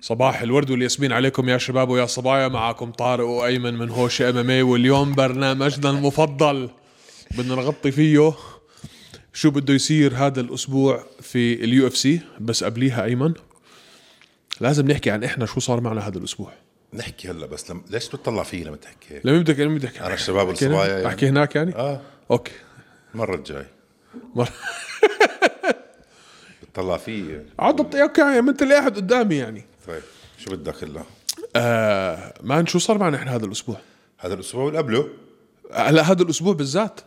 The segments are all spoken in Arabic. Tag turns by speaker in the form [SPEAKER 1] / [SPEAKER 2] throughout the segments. [SPEAKER 1] صباح الورد والياسمين عليكم يا شباب ويا صبايا معكم طارق وايمن من هوش ام ام واليوم برنامجنا المفضل بدنا نغطي فيه شو بده يصير هذا الاسبوع في اليو اف سي بس قبليها ايمن لازم نحكي عن احنا شو صار معنا هذا الاسبوع
[SPEAKER 2] نحكي هلا بس لم... ليش بتطلع فيي لما تحكي هيك؟
[SPEAKER 1] لما بدك لما بدك
[SPEAKER 2] أنا الشباب
[SPEAKER 1] أحكي هنا-
[SPEAKER 2] والصبايا يعني.
[SPEAKER 1] احكي هناك يعني
[SPEAKER 2] اه
[SPEAKER 1] اوكي
[SPEAKER 2] المره الجاي
[SPEAKER 1] مر-
[SPEAKER 2] بتطلع فيي
[SPEAKER 1] عضت اوكي عملت اللي قاعد قدامي يعني
[SPEAKER 2] طيب شو بدك هلا؟
[SPEAKER 1] آه مان شو صار معنا احنا هذا الاسبوع
[SPEAKER 2] هذا الاسبوع واللي قبله
[SPEAKER 1] هلا هذا الاسبوع بالذات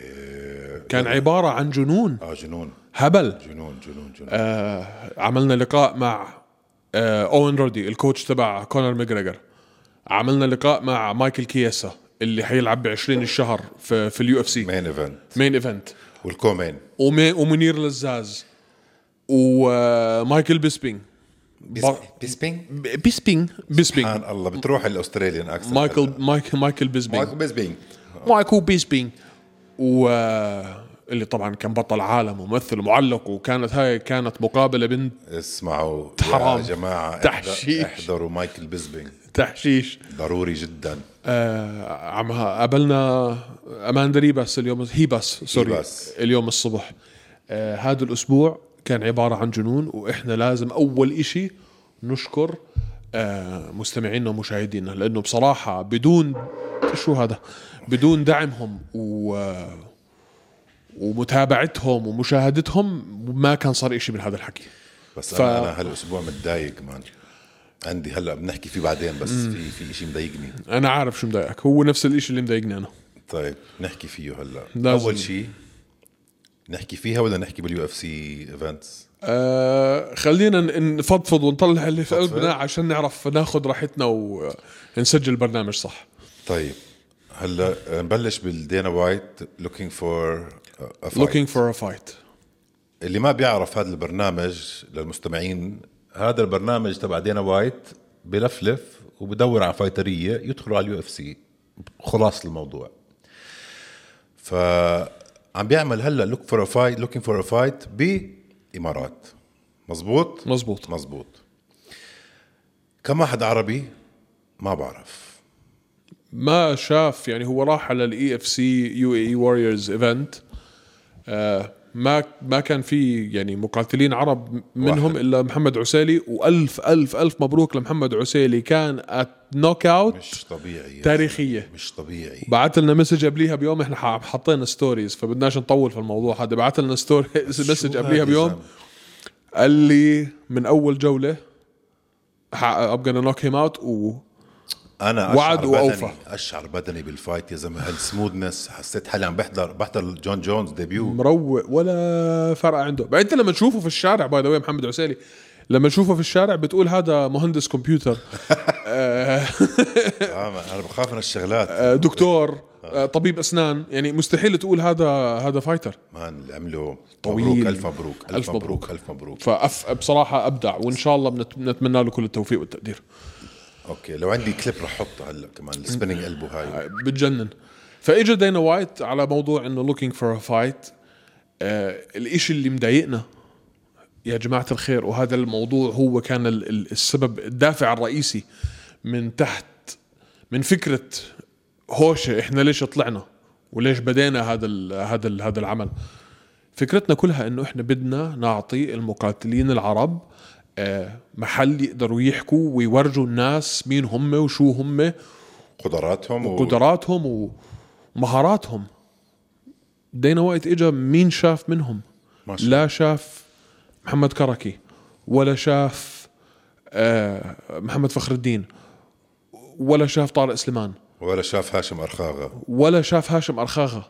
[SPEAKER 2] آه.
[SPEAKER 1] كان عباره عن جنون
[SPEAKER 2] اه إيه، جنون
[SPEAKER 1] هبل
[SPEAKER 2] جنون جنون جنون
[SPEAKER 1] آه. عملنا لقاء مع آه، اوين رودي الكوتش تبع كونر ماجريجر عملنا لقاء مع مايكل كياسا اللي حيلعب ب 20 الشهر في, في اليو اف سي
[SPEAKER 2] مين ايفنت
[SPEAKER 1] مين ايفنت
[SPEAKER 2] والكومين
[SPEAKER 1] ومي- ومنير لزاز آه، ومايكل بيسبينج ب-
[SPEAKER 2] بيسبينج
[SPEAKER 1] ب- بيسبينج بيسبينج
[SPEAKER 2] سبحان الله بتروح الاستراليان اكسنت
[SPEAKER 1] مايكل مايكل مايكل بيسبينج
[SPEAKER 2] مايكل بيسبينج
[SPEAKER 1] مايكل بيسبينج و آه، اللي طبعا كان بطل عالم وممثل معلق وكانت هاي كانت مقابله بنت
[SPEAKER 2] اسمعوا
[SPEAKER 1] حرام.
[SPEAKER 2] يا جماعه
[SPEAKER 1] تحشيش.
[SPEAKER 2] احضر- احضروا مايكل بيسبينج
[SPEAKER 1] تحشيش
[SPEAKER 2] ضروري جدا
[SPEAKER 1] آه، عمها قابلنا اماندا ريباس اليوم هيباس سوري
[SPEAKER 2] هيباس.
[SPEAKER 1] اليوم الصبح آه، هذا الاسبوع كان عباره عن جنون واحنا لازم اول إشي نشكر آه، مستمعينا ومشاهدينا لانه بصراحه بدون شو هذا بدون دعمهم و آه، ومتابعتهم ومشاهدتهم ما كان صار إشي من هذا الحكي
[SPEAKER 2] بس
[SPEAKER 1] ف-
[SPEAKER 2] ف... انا أنا هالاسبوع متضايق مان عندي هلا بنحكي فيه بعدين بس في في شيء مضايقني
[SPEAKER 1] انا عارف شو مضايقك هو نفس الإشي اللي مضايقني انا
[SPEAKER 2] طيب نحكي فيه هلا
[SPEAKER 1] لازم.
[SPEAKER 2] اول شيء نحكي فيها ولا نحكي باليو اف سي ايفنتس
[SPEAKER 1] آه خلينا ن- نفضفض ونطلع اللي في
[SPEAKER 2] فضفض.
[SPEAKER 1] قلبنا عشان نعرف ناخذ راحتنا ونسجل برنامج صح
[SPEAKER 2] طيب هلا آه، نبلش بالدينا وايت looking for a fight.
[SPEAKER 1] looking for a fight
[SPEAKER 2] اللي ما بيعرف هذا البرنامج للمستمعين هذا البرنامج تبع دينا وايت بلفلف وبدور على فايتريه يدخلوا على اليو اف سي خلاص الموضوع ف عم بيعمل هلا لوك فور ا فايت لوكينج فور ا فايت بامارات مزبوط
[SPEAKER 1] مزبوط
[SPEAKER 2] مزبوط كم واحد عربي ما بعرف
[SPEAKER 1] ما شاف يعني هو راح على الاي اف سي يو اي واريورز ايفنت آه، ما ما كان في يعني مقاتلين عرب منهم
[SPEAKER 2] واحد.
[SPEAKER 1] الا محمد عسيلي والف الف الف مبروك لمحمد عسيلي كان نوك اوت
[SPEAKER 2] مش طبيعي
[SPEAKER 1] تاريخيه
[SPEAKER 2] مش طبيعي
[SPEAKER 1] بعت لنا مسج قبليها بيوم احنا ح- حطينا ستوريز فبدناش نطول في الموضوع هذا بعت لنا ستوري مسج
[SPEAKER 2] شو
[SPEAKER 1] قبليها
[SPEAKER 2] هذا
[SPEAKER 1] بيوم
[SPEAKER 2] الزلمة؟
[SPEAKER 1] قال لي من اول جوله ام جونا نوك هيم اوت و
[SPEAKER 2] انا
[SPEAKER 1] وعد
[SPEAKER 2] وعد
[SPEAKER 1] وأوفى.
[SPEAKER 2] وأوفى اشعر بدني بالفايت يا زلمه هالسموذنس حسيت حالي عم بحضر بحضر جون جونز ديبيو
[SPEAKER 1] مروق ولا فرق عنده بعدين انت لما تشوفه في الشارع باي ذا محمد عسيلي لما تشوفه في الشارع بتقول هذا مهندس كمبيوتر
[SPEAKER 2] آه ما- انا بخاف من الشغلات
[SPEAKER 1] آه، دكتور آه، طبيب اسنان يعني مستحيل تقول هذا هذا فايتر
[SPEAKER 2] مان اللي عمله
[SPEAKER 1] طويل.
[SPEAKER 2] مبروك الف مبروك
[SPEAKER 1] ألف
[SPEAKER 2] الف
[SPEAKER 1] مبروك.
[SPEAKER 2] مبروك الف مبروك
[SPEAKER 1] فبصراحه ابدع وان شاء الله بنت- بنتمنى له كل التوفيق والتقدير
[SPEAKER 2] اوكي لو عندي كليب رح احطه هلا كمان السبيننج قلبه هاي
[SPEAKER 1] بتجنن فاجا دينا وايت على موضوع انه لوكينج فور ا فايت الاشي آه، اللي مضايقنا يا جماعه الخير وهذا الموضوع هو كان ال- ال- السبب الدافع الرئيسي من تحت من فكره هوشه احنا ليش طلعنا وليش بدينا هذا ال هذا ال هذا العمل فكرتنا كلها انه احنا بدنا نعطي المقاتلين العرب آه، محل يقدروا يحكوا ويورجوا الناس مين هم وشو هم
[SPEAKER 2] قدراتهم و...
[SPEAKER 1] قدراتهم ومهاراتهم دينا وايت اجا مين شاف منهم
[SPEAKER 2] ما شاف.
[SPEAKER 1] لا شاف محمد كركي ولا شاف آه، محمد فخر الدين ولا شاف طارق سليمان
[SPEAKER 2] ولا شاف هاشم ارخاغه
[SPEAKER 1] ولا شاف هاشم ارخاغه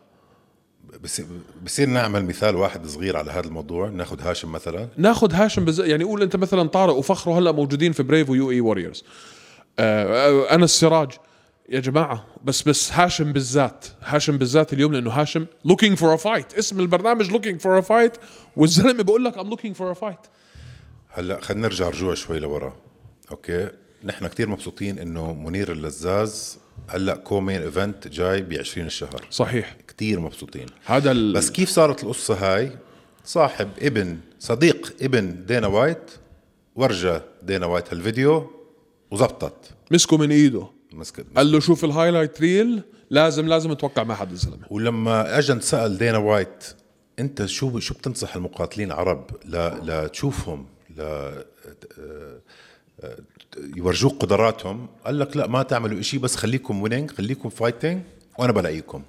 [SPEAKER 2] بس- بصير نعمل مثال واحد صغير على هذا الموضوع ناخذ هاشم مثلا
[SPEAKER 1] ناخذ هاشم بز... يعني قول انت مثلا طارق وفخره هلا موجودين في بريف ويو اي ووريرز آه انا السراج يا جماعه بس بس هاشم بالذات هاشم بالذات اليوم لانه هاشم looking for a fight اسم البرنامج looking for a fight والزلمه بقول لك I'm looking for a fight
[SPEAKER 2] هلا خلينا نرجع رجوع شوي لورا اوكي نحن كتير مبسوطين انه منير اللزاز هلا كومين ايفنت جاي ب 20 الشهر
[SPEAKER 1] صحيح
[SPEAKER 2] كتير مبسوطين
[SPEAKER 1] هذا ال...
[SPEAKER 2] بس كيف صارت القصه هاي صاحب ابن صديق ابن دينا وايت ورجى دينا وايت هالفيديو وزبطت
[SPEAKER 1] مسكه من ايده
[SPEAKER 2] مسكت
[SPEAKER 1] قال له شوف الهايلايت ريل لازم لازم اتوقع مع حد الزلمه
[SPEAKER 2] ولما اجى سال دينا وايت انت شو شو بتنصح المقاتلين العرب ل... لتشوفهم ل... آه، آه، يورجوك قدراتهم قال لك لا ما تعملوا إشي بس خليكم ويننج خليكم فايتنج وانا بلاقيكم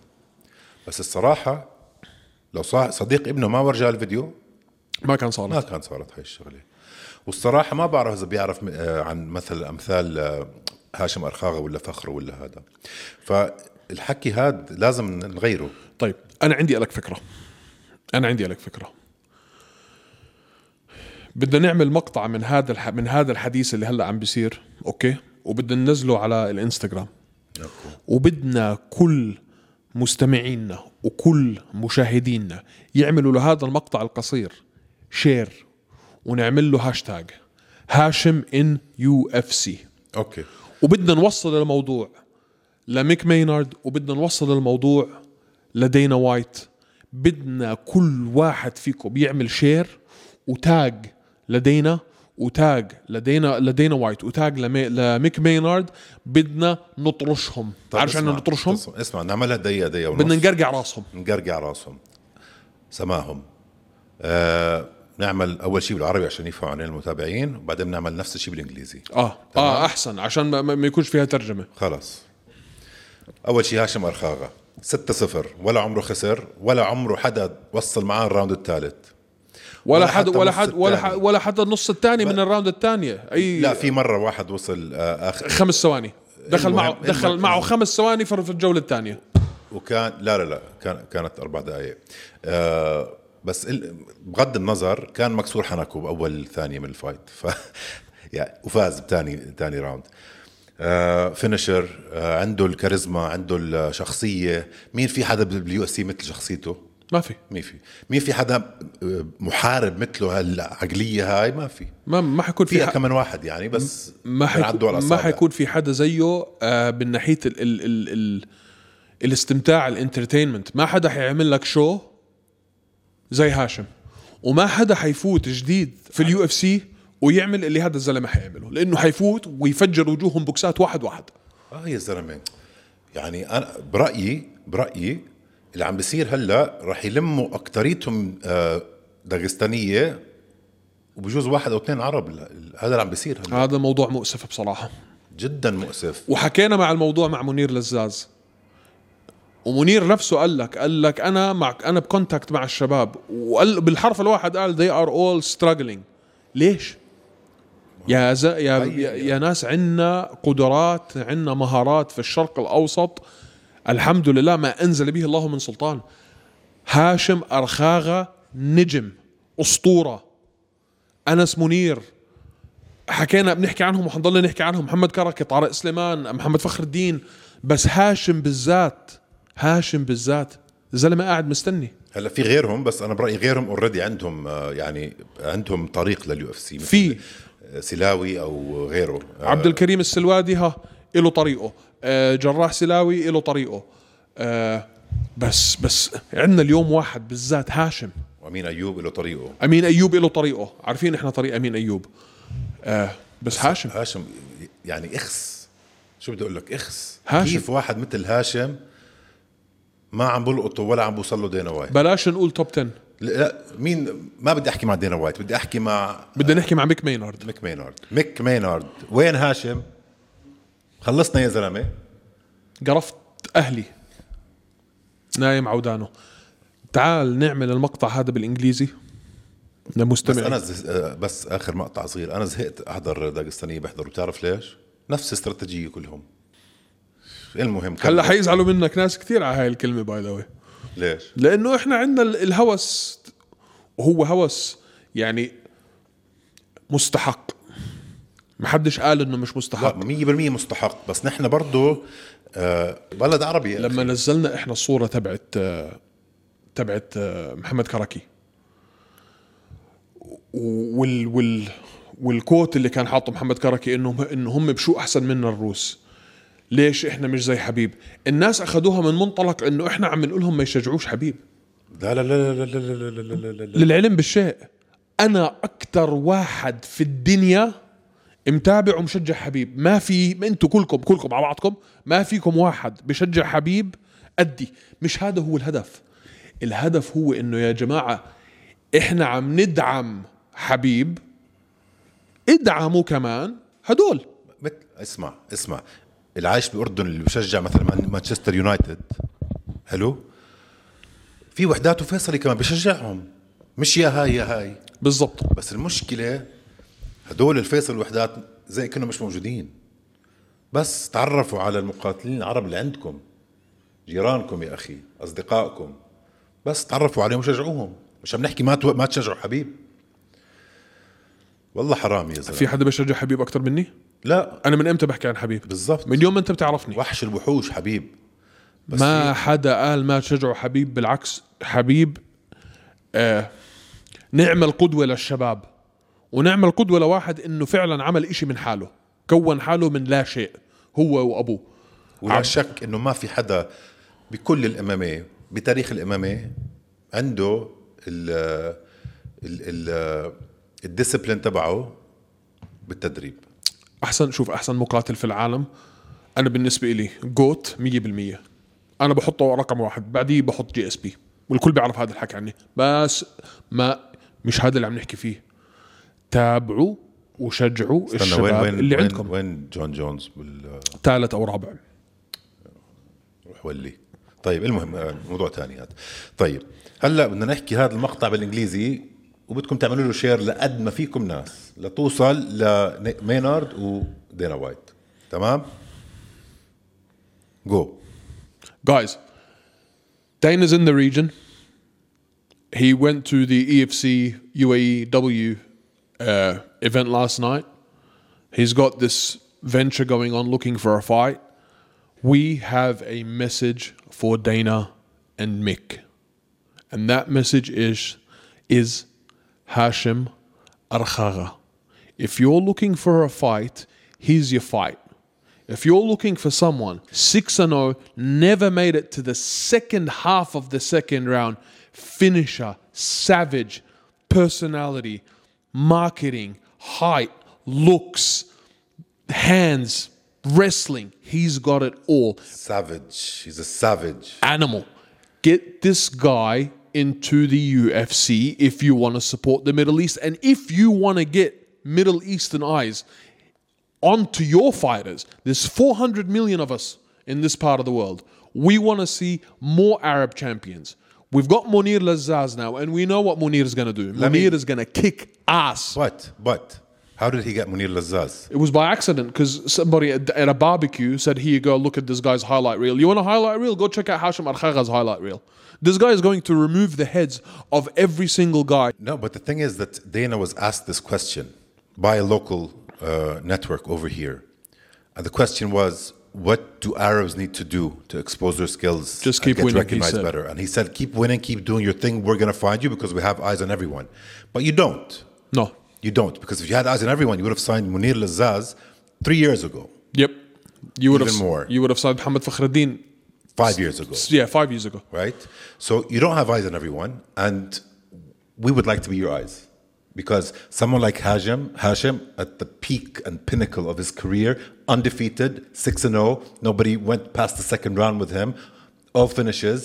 [SPEAKER 2] بس الصراحه لو صا- صديق ابنه ما ورجاه الفيديو
[SPEAKER 1] ما كان صالح
[SPEAKER 2] ما كان صارت هاي الشغله والصراحه ما بعرف اذا بيعرف م- آه، عن مثل امثال آه، هاشم ارخاغه ولا فخر ولا هذا فالحكي هذا لازم نغيره
[SPEAKER 1] طيب انا عندي لك فكره انا عندي لك فكره بدنا نعمل مقطع من هذا الح... من هذا الحديث اللي هلا عم بيصير اوكي وبدنا ننزله على الانستغرام وبدنا كل مستمعينا وكل مشاهدينا يعملوا لهذا المقطع القصير شير ونعمل له هاشتاج هاشم ان يو اف سي
[SPEAKER 2] اوكي
[SPEAKER 1] وبدنا نوصل الموضوع لميك مينارد وبدنا نوصل الموضوع لدينا وايت بدنا كل واحد فيكم بيعمل شير وتاج لدينا وتاج لدينا لدينا وايت وتاج لمي لميك مينارد بدنا نطرشهم
[SPEAKER 2] طيب
[SPEAKER 1] عارف شو عندنا
[SPEAKER 2] اسمع،
[SPEAKER 1] نطرشهم
[SPEAKER 2] اسمع, اسمع نعملها دقيقه دقيقه ونص
[SPEAKER 1] بدنا نقرقع راسهم
[SPEAKER 2] نقرقع راسهم سماهم آه نعمل اول شيء بالعربي عشان يفهموا علينا المتابعين وبعدين نعمل نفس الشيء بالانجليزي
[SPEAKER 1] اه اه احسن عشان ما, ما ما يكونش فيها ترجمه
[SPEAKER 2] خلاص اول شيء هاشم ارخاغه 6 0 ولا عمره خسر ولا عمره حدا وصل معاه الراوند الثالث
[SPEAKER 1] ولا
[SPEAKER 2] ولا
[SPEAKER 1] حد
[SPEAKER 2] حتى
[SPEAKER 1] ولا
[SPEAKER 2] نص
[SPEAKER 1] حد ولا
[SPEAKER 2] التاني.
[SPEAKER 1] حد ولا حتى النص الثاني من الراوند الثانيه اي
[SPEAKER 2] لا في مره واحد وصل آه اخر
[SPEAKER 1] خمس ثواني دخل
[SPEAKER 2] المهم-
[SPEAKER 1] معه دخل
[SPEAKER 2] المهم.
[SPEAKER 1] معه خمس ثواني في في الجوله الثانيه
[SPEAKER 2] وكان لا لا لا كان كانت اربع دقائق آه بس ال- بغض النظر كان مكسور حنكه باول ثانيه من الفايت ف يعني وفاز بثاني ثاني راوند آه فينشر آه عنده الكاريزما عنده الشخصيه مين في حدا باليو اس سي مثل شخصيته
[SPEAKER 1] ما في
[SPEAKER 2] مين في مين في حدا آه، محارب مثله هالعقليه هاي ما في
[SPEAKER 1] ما ما حيكون في
[SPEAKER 2] في
[SPEAKER 1] ح-
[SPEAKER 2] كم من واحد يعني بس
[SPEAKER 1] ما
[SPEAKER 2] بنعدوا على
[SPEAKER 1] حيكون ما
[SPEAKER 2] الأصابع.
[SPEAKER 1] حيكون في حدا زيه آه، من ناحيه ال ال ال ال الاستمتاع الانترتينمنت ما حدا حيعمل لك شو زي هاشم وما حدا حيفوت جديد في اليو اف سي ويعمل اللي هذا الزلمه حيعمله لانه حيفوت ويفجر وجوههم بوكسات واحد واحد
[SPEAKER 2] اه يا زلمه يعني انا برايي برايي اللي عم بيصير هلا رح يلموا اكتريتهم آه، داغستانيه وبجوز واحد او اثنين عرب ال- ال- هذا اللي عم بيصير هلا
[SPEAKER 1] هذا موضوع مؤسف بصراحه
[SPEAKER 2] جدا مؤسف
[SPEAKER 1] وحكينا مع الموضوع مع منير لزاز ومنير نفسه قال لك قال لك انا مع انا بكونتاكت مع الشباب وقال بالحرف الواحد قال they are all struggling ليش؟ يا ز... يا يا, يا ناس عندنا قدرات عندنا مهارات في الشرق الاوسط الحمد لله ما انزل به الله من سلطان هاشم ارخاغه نجم اسطوره انس منير حكينا بنحكي عنهم وحنضلنا نحكي عنهم محمد كركي طارق سليمان محمد فخر الدين بس هاشم بالذات هاشم بالذات زلمه قاعد مستني
[SPEAKER 2] هلا في غيرهم بس انا برايي غيرهم اوريدي عندهم آه، يعني عندهم طريق لليو اف سي
[SPEAKER 1] في
[SPEAKER 2] سلاوي او غيره آه،
[SPEAKER 1] عبد الكريم السلوادي ها له طريقه آه، جراح سلاوي له طريقه آه، بس بس عندنا اليوم واحد بالذات هاشم
[SPEAKER 2] وامين ايوب له طريقه
[SPEAKER 1] امين ايوب له طريقه عارفين احنا طريق امين ايوب آه، بس هاشم
[SPEAKER 2] هاشم يعني اخس شو بدي اقول لك اخس
[SPEAKER 1] هاشم.
[SPEAKER 2] كيف واحد مثل هاشم ما عم بلقطه ولا عم بوصل له دينا وايت
[SPEAKER 1] بلاش نقول توب 10
[SPEAKER 2] لا مين ما بدي احكي مع دينا وايت بدي احكي مع
[SPEAKER 1] بدنا نحكي مع ميك مينارد
[SPEAKER 2] ميك مينارد ميك مينارد وين هاشم خلصنا يا زلمه
[SPEAKER 1] قرفت اهلي نايم عودانه تعال نعمل المقطع هذا بالانجليزي
[SPEAKER 2] بس
[SPEAKER 1] لمستمع
[SPEAKER 2] انا زه... بس اخر مقطع صغير انا زهقت احضر داغستانيه بحضر وتعرف ليش نفس الاستراتيجيه كلهم المهم
[SPEAKER 1] هلا
[SPEAKER 2] كمل.
[SPEAKER 1] حيزعلوا منك ناس كثير على هاي الكلمه باي ذا واي
[SPEAKER 2] ليش
[SPEAKER 1] لانه احنا عندنا ال- الهوس وهو هوس يعني مستحق ما حدش قال انه مش
[SPEAKER 2] لا
[SPEAKER 1] مستحق
[SPEAKER 2] 100% مستحق بس نحن برضه آه بلد عربي يا أخي.
[SPEAKER 1] لما نزلنا احنا الصوره تبعت آه، تبعت آه، محمد كركي و- وال وال والكوت اللي كان حاطه محمد كركي انه انه هم بشو احسن منا الروس ليش احنا مش زي حبيب الناس اخذوها من منطلق انه احنا عم نقول لهم ما يشجعوش حبيب
[SPEAKER 2] لا لا لا لا لا لا لا لا لا لا لا
[SPEAKER 1] للعلم بالشيء انا اكثر واحد في الدنيا متابع ومشجع حبيب ما في ما انتوا كلكم كلكم على بعضكم ما فيكم واحد بشجع حبيب قدي مش هذا هو الهدف الهدف هو انه يا جماعه احنا عم ندعم حبيب ادعموا كمان هدول
[SPEAKER 2] مثل اسمع اسمع العايش بالاردن اللي بشجع مثلا مان- مانشستر يونايتد حلو في وحدات وفيصلي كمان بشجعهم مش يا هاي يا هاي
[SPEAKER 1] بالضبط
[SPEAKER 2] بس المشكله هدول الفيصل وحدات زي كانوا مش موجودين بس تعرفوا على المقاتلين العرب اللي عندكم جيرانكم يا اخي اصدقائكم بس تعرفوا عليهم وشجعوهم مش عم نحكي ما تو... ما تشجعوا حبيب والله حرام يا زلمه
[SPEAKER 1] في حدا بشجع حبيب اكثر مني
[SPEAKER 2] لا
[SPEAKER 1] انا من امتى بحكي عن حبيب
[SPEAKER 2] بالضبط
[SPEAKER 1] من يوم ما انت بتعرفني
[SPEAKER 2] وحش الوحوش حبيب بس
[SPEAKER 1] ما حدا قال ما تشجعوا حبيب بالعكس حبيب آه نعمل قدوة للشباب ونعمل قدوة لواحد انه فعلا عمل اشي من حاله كون حاله من لا شيء هو وابوه
[SPEAKER 2] ولا عم. شك انه ما في حدا بكل الاماميه بتاريخ الاماميه عنده ال ال ال الديسبلين تبعه بالتدريب
[SPEAKER 1] احسن شوف احسن مقاتل في العالم انا بالنسبة لي جوت 100% انا بحطه رقم واحد بعديه بحط جي اس بي والكل بيعرف هذا الحكي عني بس ما مش هذا اللي عم نحكي فيه تابعوا وشجعوا الشباب اللي
[SPEAKER 2] وين
[SPEAKER 1] عندكم
[SPEAKER 2] وين جون جونز بال-
[SPEAKER 1] ثالث او رابع
[SPEAKER 2] روح ولي طيب المهم آه، موضوع ثاني هذا طيب هلا بدنا نحكي هذا المقطع بالانجليزي وبدكم تعملوا له شير لقد ما فيكم ناس لتوصل لمينارد ودينا وايت تمام جو
[SPEAKER 1] guys, Dana's in the region. He went to the E EFC UAEW E uh, event last night. He's got this venture going on looking for a fight. We have a message for Dana and Mick. And that message is is Hashim Archaga. If you're looking for a fight, he's your fight. If you're looking for someone 6 and 0, never made it to the second half of the second round, finisher, savage, personality, marketing, height, looks, hands, wrestling, he's got it all
[SPEAKER 2] سافج هيز سافج
[SPEAKER 1] animal. Get this guy into the UFC if you want to support the Middle East and if you want to get Middle Eastern eyes onto your fighters. There's 400 million of us in this part of the world. We want to see more Arab champions. We've got Munir Lazaz now, and we know what Munir is going to do. Munir is going to kick ass.
[SPEAKER 2] But but how did he get Munir Lazaz?
[SPEAKER 1] It was by accident because somebody at, at a barbecue said, "Here you go, look at this guy's highlight reel. You want a highlight reel? Go check out Hashim Archaga's highlight reel. This guy is going to remove the heads of every single guy.
[SPEAKER 2] No, but the thing is that Dana was asked this question by a local uh, network over here, and the question was, what do Arabs need to do to expose their skills?
[SPEAKER 1] Just
[SPEAKER 2] and
[SPEAKER 1] keep
[SPEAKER 2] get
[SPEAKER 1] winning, he
[SPEAKER 2] recognized
[SPEAKER 1] said.
[SPEAKER 2] better. And he said, keep winning, keep doing your thing. We're gonna find you because we have eyes on everyone. But you don't.
[SPEAKER 1] No.
[SPEAKER 2] You don't because if you had eyes on everyone, you would have signed Munir Lazaz three years ago,
[SPEAKER 1] Yep. You would
[SPEAKER 2] Even
[SPEAKER 1] have
[SPEAKER 2] more.
[SPEAKER 1] You would have signed Muhammad Fakhreddin.
[SPEAKER 2] five years ago.
[SPEAKER 1] Yeah, five years ago.
[SPEAKER 2] right? So you don't have eyes on everyone, and we would like to be your eyes because someone like Hashim, Hashim at the peak and pinnacle of his career, undefeated, six and zero, nobody went past the second round with him, all finishes.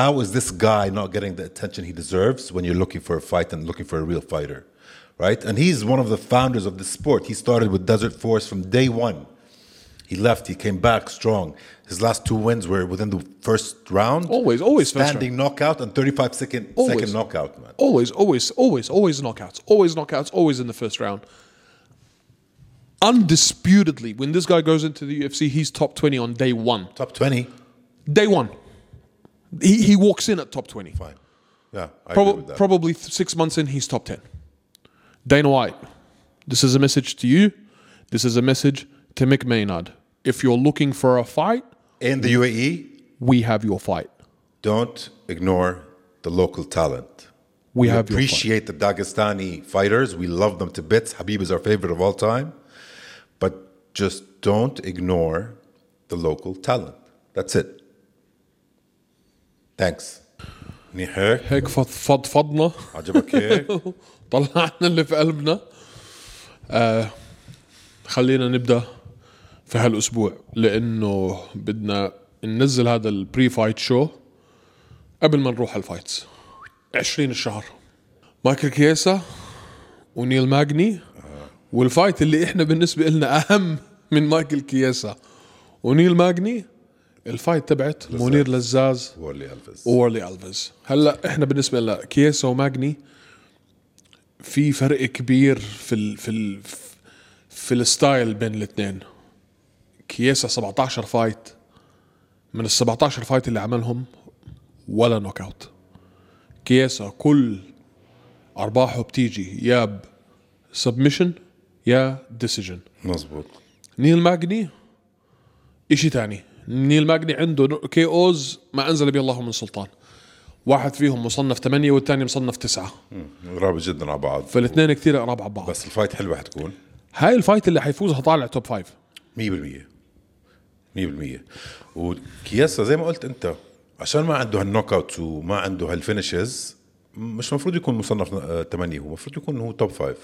[SPEAKER 2] How is this guy not getting the attention he deserves when you're looking for a fight and looking for a real fighter, right? And he's one of the founders of the sport. He started with Desert Force from day one. He left. He came back strong. His last two wins were within the first round.
[SPEAKER 1] Always, always first
[SPEAKER 2] standing knockout and 35 second
[SPEAKER 1] Always.
[SPEAKER 2] second knockout, man.
[SPEAKER 1] Always, always, always, always knockouts. Always knockouts. Always in the first round. Undisputedly, when this guy goes into the UFC, he's top twenty on day one.
[SPEAKER 2] Top 20.
[SPEAKER 1] Day one. He, he walks in at top twenty.
[SPEAKER 2] Fine. Yeah, I agree with
[SPEAKER 1] Prob-
[SPEAKER 2] that.
[SPEAKER 1] probably th- six months in, he's top 10. Dana White, this is a message to you. This is a message to Mick Maynard. If you're looking for a fight,
[SPEAKER 2] In the UAE,
[SPEAKER 1] we have your fight.
[SPEAKER 2] don't ignore the local talent.
[SPEAKER 1] We, have your fight.
[SPEAKER 2] appreciate the Dagestani fighters. We love them to bits. Habib is our favorite of all time. But just don't ignore the local talent. That's it. Thanks. منيح هيك
[SPEAKER 1] هيك فضفضنا
[SPEAKER 2] عجبك هيك
[SPEAKER 1] طلعنا اللي في قلبنا آه خلينا نبدا في هالاسبوع لانه بدنا ننزل هذا البري فايت شو قبل ما نروح على الفايتس 20 الشهر مايكل كيسا ونيل ماجني والفايت اللي احنا بالنسبه لنا اهم من مايكل كيسا ونيل ماجني الفايت تبعت منير لزاز
[SPEAKER 2] ولي الفز
[SPEAKER 1] وورلي الفيز هلا احنا بالنسبه لنا كيسا وماجني في فرق كبير في ال في ال في الستايل بين الاثنين كيسا 17 فايت من ال 17 فايت اللي عملهم ولا نوك اوت كيسا كل ارباحه بتيجي يا سبمشن يا ديسيجن
[SPEAKER 2] مزبوط
[SPEAKER 1] نيل ماجني اشي تاني نيل ماجني عنده كي اوز ما انزل به الله من سلطان واحد فيهم مصنف ثمانية والثاني مصنف تسعة
[SPEAKER 2] قراب جدا على بعض
[SPEAKER 1] فالاثنين كتير قراب على بعض
[SPEAKER 2] بس الفايت حلوه حتكون
[SPEAKER 1] هاي الفايت اللي حيفوزها طالع توب فايف
[SPEAKER 2] 100% 100% وكياسا زي ما قلت انت عشان ما عنده هالنوك اوت وما عنده هالفينشز مش مفروض يكون مصنف 8 هو المفروض يكون هو توب 5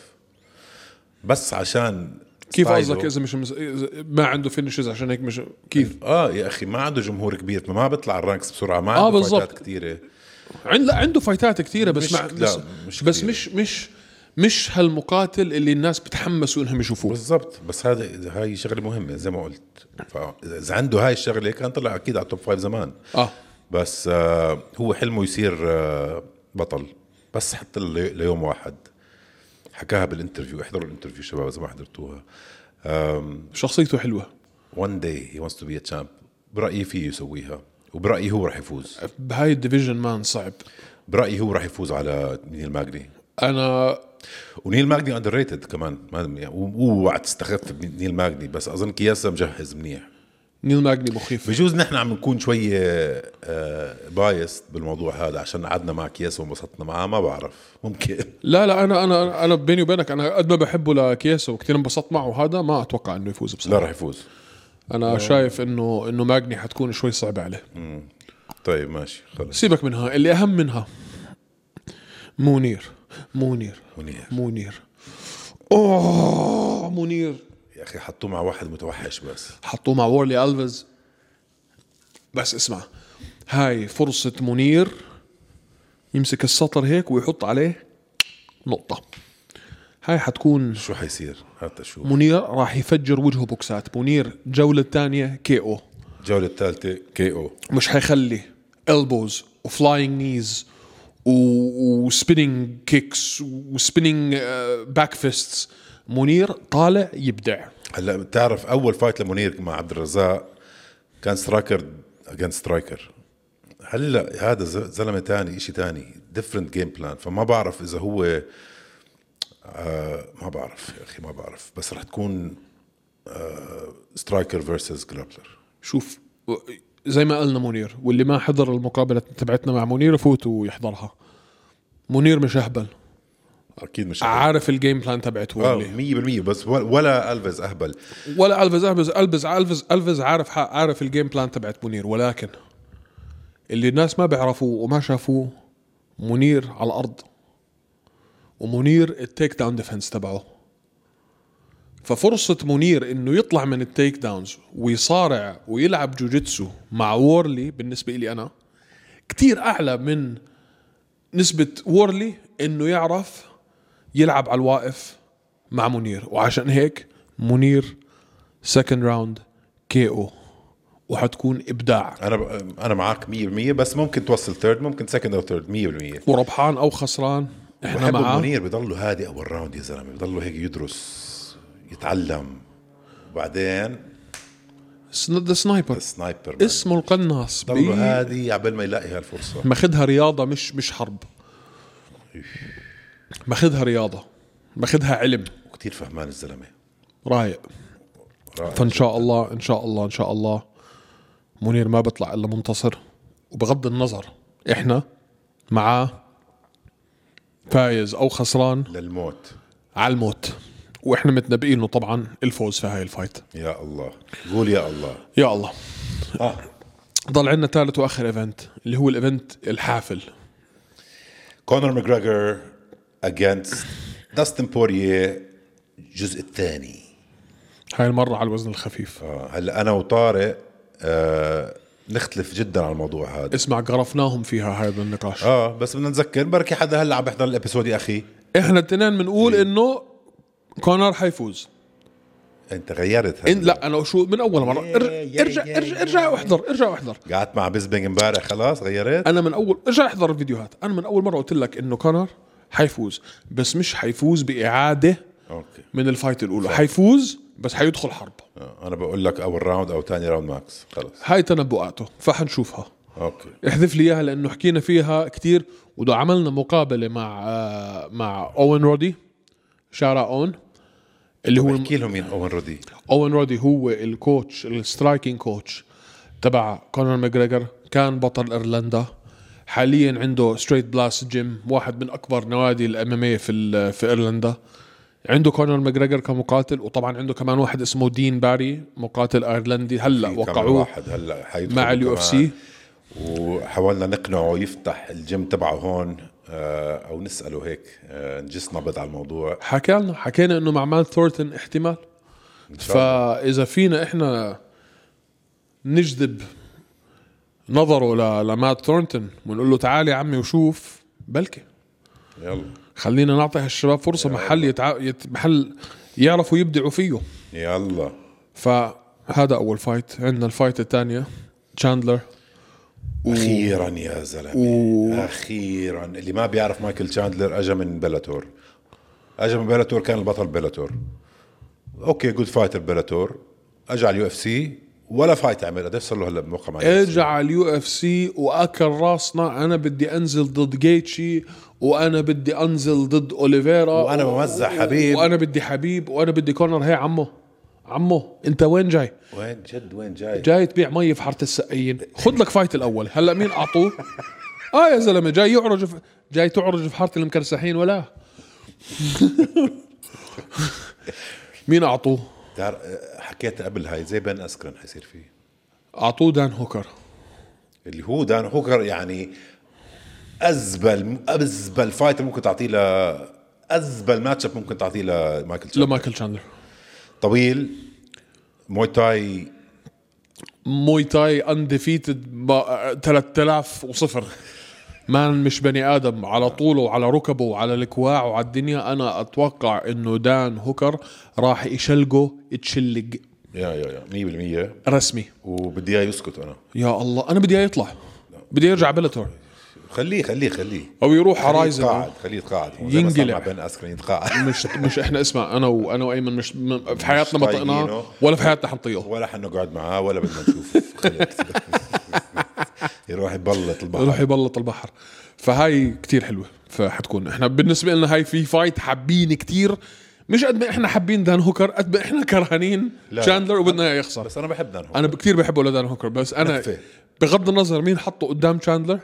[SPEAKER 2] بس عشان
[SPEAKER 1] كيف
[SPEAKER 2] ستايله-
[SPEAKER 1] قصدك اذا مش مز... إذا ما عنده فينشز عشان هيك مش كيف
[SPEAKER 2] اه يا اخي ما عنده جمهور كبير ما بيطلع الرانكس بسرعه ما
[SPEAKER 1] آه،
[SPEAKER 2] عنده
[SPEAKER 1] بالظبط.
[SPEAKER 2] فايتات كثيره
[SPEAKER 1] عند... لا عنده فايتات كثيرة بس
[SPEAKER 2] يعني. مش-
[SPEAKER 1] مع...
[SPEAKER 2] لا،
[SPEAKER 1] بس...
[SPEAKER 2] مش
[SPEAKER 1] بس
[SPEAKER 2] كتيرة.
[SPEAKER 1] مش مش مش هالمقاتل اللي الناس بتحمسوا انهم يشوفوه
[SPEAKER 2] بالضبط بس هذا هاي شغله مهمه زي ما قلت فاذا عنده هاي الشغله كان طلع اكيد على التوب فايف زمان
[SPEAKER 1] اه
[SPEAKER 2] بس آه هو حلمه يصير آه بطل بس حتى لي- ليوم واحد حكاها بالانترفيو احضروا الانترفيو شباب اذا ما حضرتوها
[SPEAKER 1] شخصيته حلوة
[SPEAKER 2] وان داي هي wants تو بي ا تشامب برايي فيه يسويها وبرايي هو راح يفوز
[SPEAKER 1] بهاي الديفيجن مان صعب
[SPEAKER 2] برايي هو راح يفوز على نيل ماجني
[SPEAKER 1] انا
[SPEAKER 2] ونيل ماجني اندر ريتد كمان ما يعني اوعى تستخف بنيل ماجني بس اظن كياسه مجهز منيح
[SPEAKER 1] نيل ماجني مخيف
[SPEAKER 2] بجوز نحن عم نكون شوي بايست بالموضوع هذا عشان قعدنا مع كياسه وانبسطنا معاه ما بعرف ممكن
[SPEAKER 1] لا لا انا انا انا بيني وبينك انا قد ما بحبه لكيسا وكثير انبسطت معه وهذا ما اتوقع انه يفوز
[SPEAKER 2] لا
[SPEAKER 1] بصراحه
[SPEAKER 2] راح يفوز
[SPEAKER 1] انا شايف انه انه ماجني حتكون شوي صعبه عليه
[SPEAKER 2] طيب ماشي خلص
[SPEAKER 1] سيبك منها اللي اهم منها منير منير
[SPEAKER 2] منيح
[SPEAKER 1] منير اوه منير
[SPEAKER 2] يا اخي حطوه مع واحد متوحش بس
[SPEAKER 1] حطوه مع وورلي الفيز بس اسمع هاي فرصه منير يمسك السطر هيك ويحط عليه نقطه هاي حتكون
[SPEAKER 2] شو حيصير هات شو
[SPEAKER 1] منير راح يفجر وجهه بوكسات منير جولة الثانية كي او
[SPEAKER 2] الجوله الثالثه كي او
[SPEAKER 1] مش حيخلي elbows وفلاينج نيز وسبيننج كيكس وسبيننج باك فيستس uh, منير طالع يبدع
[SPEAKER 2] هلا بتعرف اول فايت لمنير مع عبد الرزاق كان سترايكر اجين سترايكر هلا هذا ز- زلمه تاني شيء تاني ديفرنت جيم بلان فما بعرف اذا هو آه ما بعرف يا اخي ما بعرف بس رح تكون آه سترايكر فيرسز جرابلر
[SPEAKER 1] شوف زي ما قلنا منير واللي ما حضر المقابلة تبعتنا مع منير يفوت ويحضرها منير مش اهبل
[SPEAKER 2] اكيد مش
[SPEAKER 1] عارف الجيم بلان تبعته
[SPEAKER 2] آه،
[SPEAKER 1] ولا إيه؟
[SPEAKER 2] 100% بس ولا- ولا الفز اهبل
[SPEAKER 1] ولا الفز الفز الفز الفز الفز عارف ح- عارف الجيم بلان تبعت منير ولكن اللي الناس ما بيعرفوه وما شافوه منير على الارض ومنير التيك داون ديفنس تبعه ففرصة منير انه يطلع من التيك داونز ويصارع ويلعب جوجيتسو مع وورلي بالنسبة لي انا كتير اعلى من نسبة وورلي انه يعرف يلعب على الواقف مع منير وعشان هيك منير سكند راوند كي او وحتكون ابداع
[SPEAKER 2] انا ب... انا معك 100% بس ممكن توصل ثيرد ممكن سكند او ثيرد 100%
[SPEAKER 1] وربحان او خسران احنا
[SPEAKER 2] بحب
[SPEAKER 1] معاه
[SPEAKER 2] منير بضله هادي اول راوند يا زلمه بضله هيك يدرس يتعلم وبعدين
[SPEAKER 1] ذا سنايبر
[SPEAKER 2] السنايبر مان.
[SPEAKER 1] اسمه القناص بي-
[SPEAKER 2] بضله هادي عبال ما يلاقي هالفرصه
[SPEAKER 1] ماخدها رياضه مش مش حرب ماخدها رياضه ماخدها علم
[SPEAKER 2] وكتير فهمان الزلمه
[SPEAKER 1] رايق
[SPEAKER 2] رائع.
[SPEAKER 1] فان شاء الله ان شاء الله ان شاء الله منير ما بيطلع الا منتصر وبغض النظر احنا معاه فايز او خسران
[SPEAKER 2] للموت
[SPEAKER 1] على الموت واحنا متنبئينه طبعا الفوز في هاي الفايت
[SPEAKER 2] يا الله قول يا الله
[SPEAKER 1] يا الله
[SPEAKER 2] اه
[SPEAKER 1] ضل عندنا ثالث واخر ايفنت اللي هو الايفنت الحافل
[SPEAKER 2] كونر ماجريجر اجينست داستن بوريه الجزء الثاني
[SPEAKER 1] هاي المره على الوزن الخفيف
[SPEAKER 2] آه، هلا انا وطارق آه نختلف جدا على الموضوع هذا
[SPEAKER 1] اسمع قرفناهم فيها هذا النقاش
[SPEAKER 2] اه بس بدنا نذكر بركي حدا هلا عم بيحضر الابيسود يا اخي
[SPEAKER 1] احنا الاثنين بنقول
[SPEAKER 2] إيه.
[SPEAKER 1] انه كونر حيفوز
[SPEAKER 2] انت غيرت
[SPEAKER 1] إن
[SPEAKER 2] هلا
[SPEAKER 1] لا انا شو من اول مره
[SPEAKER 2] إيه، يا-
[SPEAKER 1] ار- ارجع
[SPEAKER 2] يا-
[SPEAKER 1] ارجع ارجع واحضر ارجع واحضر
[SPEAKER 2] قعدت مع بزبنج امبارح خلاص غيرت
[SPEAKER 1] انا من اول ارجع احضر الفيديوهات انا من اول مره قلت لك انه كونر حيفوز بس مش حيفوز باعاده
[SPEAKER 2] اوكي
[SPEAKER 1] من الفايت الاولى حيفوز بس حيدخل حرب
[SPEAKER 2] آه، انا بقول لك اول راوند او ثاني راوند ماكس خلص
[SPEAKER 1] هاي تنبؤاته فحنشوفها
[SPEAKER 2] اوكي
[SPEAKER 1] احذف لي اياها لانه حكينا فيها كتير وده عملنا مقابله مع آه، مع اوين رودي شارع اون اللي هو
[SPEAKER 2] احكي لهم مين اوين رودي
[SPEAKER 1] اوين رودي هو الكوتش السترايكينج كوتش تبع كونر ماجريجر كان بطل ايرلندا حاليا عنده ستريت بلاس جيم واحد من اكبر نوادي الام في ال- في ايرلندا عنده كونر ماجريجر كمقاتل وطبعا عنده كمان واحد اسمه دين باري مقاتل ايرلندي هلا
[SPEAKER 2] كمان
[SPEAKER 1] وقعوه
[SPEAKER 2] واحد هلا حيدخل
[SPEAKER 1] مع اليو اف سي
[SPEAKER 2] كمان. وحاولنا نقنعه يفتح الجيم تبعه هون آه، او نساله هيك آه، نجس نبض على الموضوع
[SPEAKER 1] حكى لنا حكينا انه مع مان ثورتون احتمال
[SPEAKER 2] شاء الله.
[SPEAKER 1] فاذا فينا احنا نجذب نظره ل- لمات ثورنتون ونقول له تعال يا عمي وشوف بلكي
[SPEAKER 2] يلا
[SPEAKER 1] خلينا نعطي هالشباب فرصه محل يتع... يت... محل يعرفوا يبدعوا فيه
[SPEAKER 2] يلا
[SPEAKER 1] فهذا اول فايت عندنا الفايت الثانيه تشاندلر
[SPEAKER 2] اخيرا يا زلمه اخيرا اللي ما بيعرف مايكل تشاندلر اجى من بلاتور اجى من بلاتور كان البطل بلاتور اوكي جود فايتر بلاتور اجى على اليو اف سي ولا فايت عمل قديش صار له هلا بموقع مع UFC؟
[SPEAKER 1] ارجع على اليو اف سي واكل راسنا انا بدي انزل ضد جيتشي وانا بدي انزل ضد اوليفيرا
[SPEAKER 2] وأنا بمزح حبيب.
[SPEAKER 1] وانا بدي حبيب وانا بدي كونر هي عمو عمو انت وين جاي؟
[SPEAKER 2] وين جد وين جاي
[SPEAKER 1] جاي تبيع مي في حاره السقايين خذ لك فايت الاول هلا مين اعطوه؟ اه يا زلمه جاي يعرج في... جاي تعرج في حاره المكرسحين ولا مين اعطوه؟
[SPEAKER 2] تعر... حكيت قبل هاي زي بن اسكرن حيصير فيه
[SPEAKER 1] اعطوه دان هوكر
[SPEAKER 2] اللي هو دان هوكر يعني ازبل ازبل فايتر ممكن تعطيه ل ازبل ماتش اب ممكن تعطيه لمايكل تشاندلر
[SPEAKER 1] لمايكل تشاندلر
[SPEAKER 2] طويل موي تاي
[SPEAKER 1] موي تاي انديفيتد 3000 وصفر مان مش بني ادم على طوله وعلى ركبه وعلى الكواع وعلى الدنيا انا اتوقع انه دان هوكر راح يشلقه تشلق
[SPEAKER 2] يا يا يا 100%
[SPEAKER 1] رسمي
[SPEAKER 2] وبدي اياه يسكت انا
[SPEAKER 1] يا الله انا بدي اياه يطلع بدي يرجع بلاتور
[SPEAKER 2] خليه خليه خليه
[SPEAKER 1] او يروح
[SPEAKER 2] خليه
[SPEAKER 1] هورايزن
[SPEAKER 2] يتقاعد خليه يتقاعد هو زي ما صار
[SPEAKER 1] ينقلع.
[SPEAKER 2] مع بن اسكرين يتقاعد
[SPEAKER 1] مش مش احنا اسمع انا وانا وايمن مش م- في حياتنا ما
[SPEAKER 2] طايقينه.
[SPEAKER 1] طقناه ولا في حياتنا حنطيقه
[SPEAKER 2] ولا حنقعد معاه ولا بدنا نشوف خليه يروح يبلط
[SPEAKER 1] يروح
[SPEAKER 2] البحر
[SPEAKER 1] يبلط البحر فهاي كتير حلوه فحتكون احنا بالنسبه لنا هاي في فايت حابين كتير مش قد ما احنا حابين دان هوكر قد ما احنا كرهانين
[SPEAKER 2] لا.
[SPEAKER 1] تشاندلر وبدنا اياه يخسر
[SPEAKER 2] بس انا بحب دان هوكر
[SPEAKER 1] انا كتير بحبه لدان هوكر بس انا
[SPEAKER 2] نفة.
[SPEAKER 1] بغض النظر مين حطه قدام تشاندلر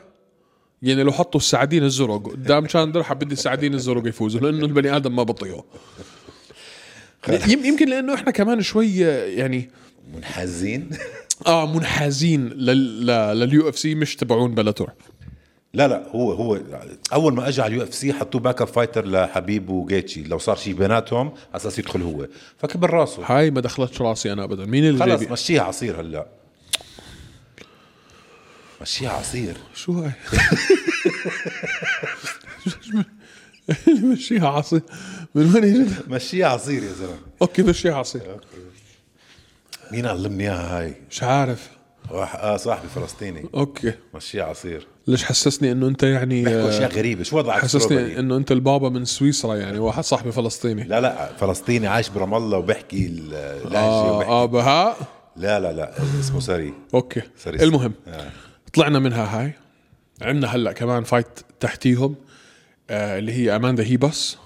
[SPEAKER 1] يعني لو حطوا السعدين الزرق قدام تشاندلر حبدي السعدين الزرق يفوزوا لانه البني ادم ما بطيقه يم- يمكن لانه احنا كمان شوي يعني
[SPEAKER 2] منحزين
[SPEAKER 1] اه منحازين لليو اف سي مش تبعون بلاتور
[SPEAKER 2] لا لا هو هو اول ما اجى على اليو اف سي حطوه باك اب فايتر لحبيب وجيتشي لو صار شيء بيناتهم على اساس يدخل هو فكبر راسه
[SPEAKER 1] هاي ما دخلتش راسي انا ابدا مين اللي
[SPEAKER 2] خلص
[SPEAKER 1] جايبي
[SPEAKER 2] مشيها عصير هلا مشيها عصير
[SPEAKER 1] شو هاي مشيها عصي من وين اجت
[SPEAKER 2] مشيها عصير يا زلمه
[SPEAKER 1] اوكي مشيها عصي
[SPEAKER 2] مين علمني اياها هاي؟
[SPEAKER 1] مش عارف
[SPEAKER 2] واحد اه صاحبي فلسطيني
[SPEAKER 1] اوكي
[SPEAKER 2] مشيها عصير
[SPEAKER 1] ليش حسسني انه انت يعني
[SPEAKER 2] بيحكوا اشياء
[SPEAKER 1] آه،
[SPEAKER 2] غريبه شو وضعك
[SPEAKER 1] حسسني
[SPEAKER 2] حسسني
[SPEAKER 1] انه انت البابا من سويسرا يعني واحد صاحبي فلسطيني
[SPEAKER 2] لا لا فلسطيني عايش برام الله وبحكي اللهجه
[SPEAKER 1] اه
[SPEAKER 2] وبحكي
[SPEAKER 1] اه بهاء
[SPEAKER 2] لا لا لا اسمه سري
[SPEAKER 1] اوكي
[SPEAKER 2] سريع.
[SPEAKER 1] المهم
[SPEAKER 2] آه.
[SPEAKER 1] طلعنا منها هاي عندنا هلا كمان فايت تحتيهم آه اللي هي اماندا هيباس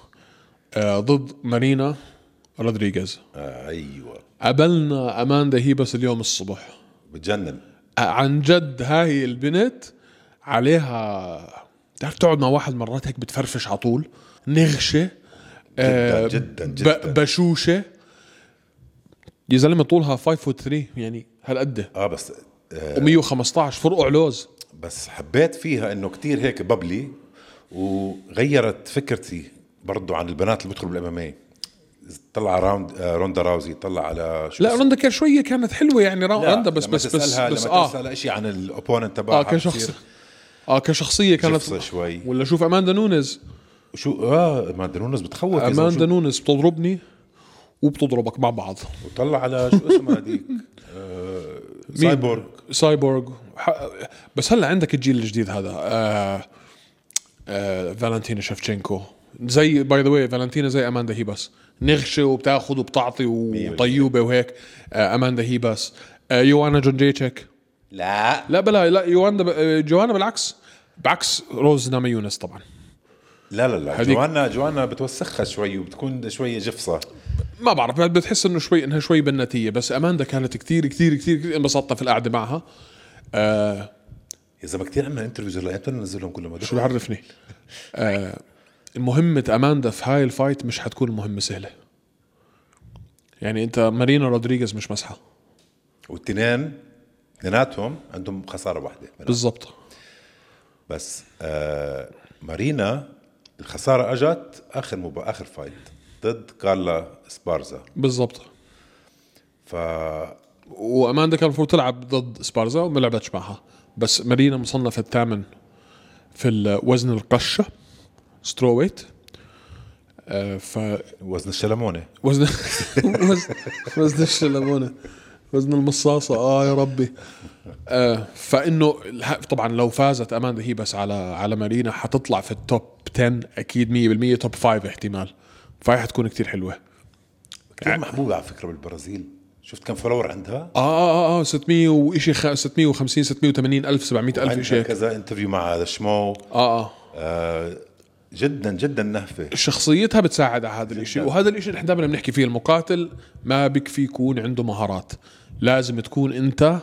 [SPEAKER 1] آه ضد مارينا رودريغيز
[SPEAKER 2] آه ايوه
[SPEAKER 1] قابلنا اماندا هيباس اليوم الصبح
[SPEAKER 2] بتجنن
[SPEAKER 1] آه، عن جد هاي البنت عليها بتعرف تقعد مع واحد مرات هيك بتفرفش على طول نغشه
[SPEAKER 2] جدا جدا جدا
[SPEAKER 1] آه، ب- بشوشه يا زلمه طولها 5 فوت 3 يعني هالقد
[SPEAKER 2] اه بس آه
[SPEAKER 1] و115 فرقع لوز
[SPEAKER 2] بس حبيت فيها انه كتير هيك ببلي وغيرت فكرتي برضو عن البنات اللي بيدخلوا بالام ام إيه. طلع على راوند آه، روندا راوزي طلع على شو
[SPEAKER 1] لا رندا كان شويه كانت حلوه يعني را-
[SPEAKER 2] لا،
[SPEAKER 1] رندا بس
[SPEAKER 2] لما
[SPEAKER 1] بس بس
[SPEAKER 2] تسألها
[SPEAKER 1] بس
[SPEAKER 2] لما
[SPEAKER 1] اه
[SPEAKER 2] تسألها شيء عن الاوبوننت تبعها
[SPEAKER 1] اه كشخص
[SPEAKER 2] بتصير
[SPEAKER 1] اه كشخصيه كانت
[SPEAKER 2] جفصة شوي.
[SPEAKER 1] ولا شوف اماندا نونز
[SPEAKER 2] شو اه ما درونز بتخوف يا زلمة،
[SPEAKER 1] اماندا
[SPEAKER 2] شو-
[SPEAKER 1] نونز بتضربني وبتضربك مع بعض
[SPEAKER 2] وطلع على شو اسمها هذيك آه، سايبورغ
[SPEAKER 1] سايبورغ ح- بس هلا عندك الجيل الجديد هذا آه آه فالنتينا شفتشينكو زي باي ذا واي فالنتينا زي اماندا هيباس نغشه وبتاخذ وبتعطي وطيوبه وهيك آه اماندا هيباس آه يوانا جونجيتشك
[SPEAKER 2] لا
[SPEAKER 1] لا بلا لا يوانا آه، جوانا بالعكس بعكس روز ناما يونس طبعا
[SPEAKER 2] لا لا لا
[SPEAKER 1] هذيك.
[SPEAKER 2] جوانا جوانا بتوسخها شوي وبتكون شوية جفصة
[SPEAKER 1] ما بعرف بتحس انه شوي انها شوي بناتيه بس اماندا كانت كثير كثير كثير انبسطت في القعده معها آه
[SPEAKER 2] يا زلمة كثير عملنا انترفيوز هلا امتى ننزلهم كلهم
[SPEAKER 1] شو بيعرفني آه مهمة أماندا في هاي الفايت مش حتكون مهمة سهلة يعني أنت مارينا رودريغيز مش مسحة
[SPEAKER 2] والتنين اثنيناتهم عندهم خسارة واحدة
[SPEAKER 1] بالضبط
[SPEAKER 2] بس آه مارينا الخسارة اجت اخر مبا... اخر فايت ضد كارلا سبارزا
[SPEAKER 1] بالضبط
[SPEAKER 2] ف
[SPEAKER 1] وأماندا كان المفروض تلعب ضد سبارزا وما لعبتش معها بس مارينا مصنفة الثامن في ال- وزن القشة سترويت آه ف
[SPEAKER 2] وزن الشلمونة
[SPEAKER 1] وزن وزن- وزن الشلمونه وزن المصاصه اه يا ربي آه فانه الح- طبعا لو فازت اماندا هي بس على على مارينا حتطلع في التوب 10 اكيد 100% توب 5 احتمال فهي حتكون كتير حلوه
[SPEAKER 2] كثير محبوبة على فكرة بالبرازيل شفت كم فولور عندها؟
[SPEAKER 1] اه اه اه, آه 600 وشيء 650 680 الف 700 الف
[SPEAKER 2] عندها
[SPEAKER 1] شيء
[SPEAKER 2] كذا انترفيو مع هذا شمو
[SPEAKER 1] اه اه
[SPEAKER 2] آه جدا جدا نهفة
[SPEAKER 1] شخصيتها بتساعد على هذا الشيء وهذا الشيء نحن دائما بنحكي فيه المقاتل ما بكفي يكون عنده مهارات لازم تكون انت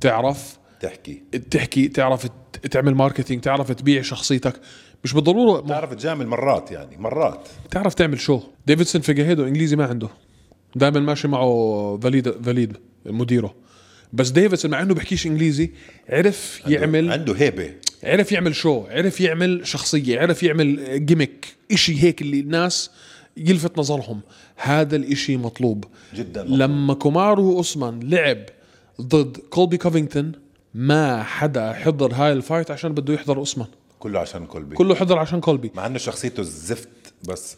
[SPEAKER 1] تعرف
[SPEAKER 2] تحكي
[SPEAKER 1] تحكي تعرف ت- تعمل ماركتينج تعرف تبيع شخصيتك مش بالضروره م-
[SPEAKER 2] بتعرف تجامل مرات يعني مرات
[SPEAKER 1] تعرف تعمل شو ديفيدسون فيجاهيدو انجليزي ما عنده دائما ماشي معه فاليد فاليد مديره بس ديفيدسون مع انه بحكيش انجليزي عرف يعمل
[SPEAKER 2] عنده هيبة
[SPEAKER 1] عرف يعمل شو عرف يعمل شخصيه عرف يعمل جيميك إشي هيك اللي الناس يلفت نظرهم هذا الإشي مطلوب
[SPEAKER 2] جدا مطلوب.
[SPEAKER 1] لما كومارو اوسمان لعب ضد كولبي كوفينغتون ما حدا حضر هاي الفايت عشان بده يحضر اوسمان
[SPEAKER 2] كله عشان كولبي كل...
[SPEAKER 1] كله حضر عشان كولبي
[SPEAKER 2] مع انه شخصيته الزفت بس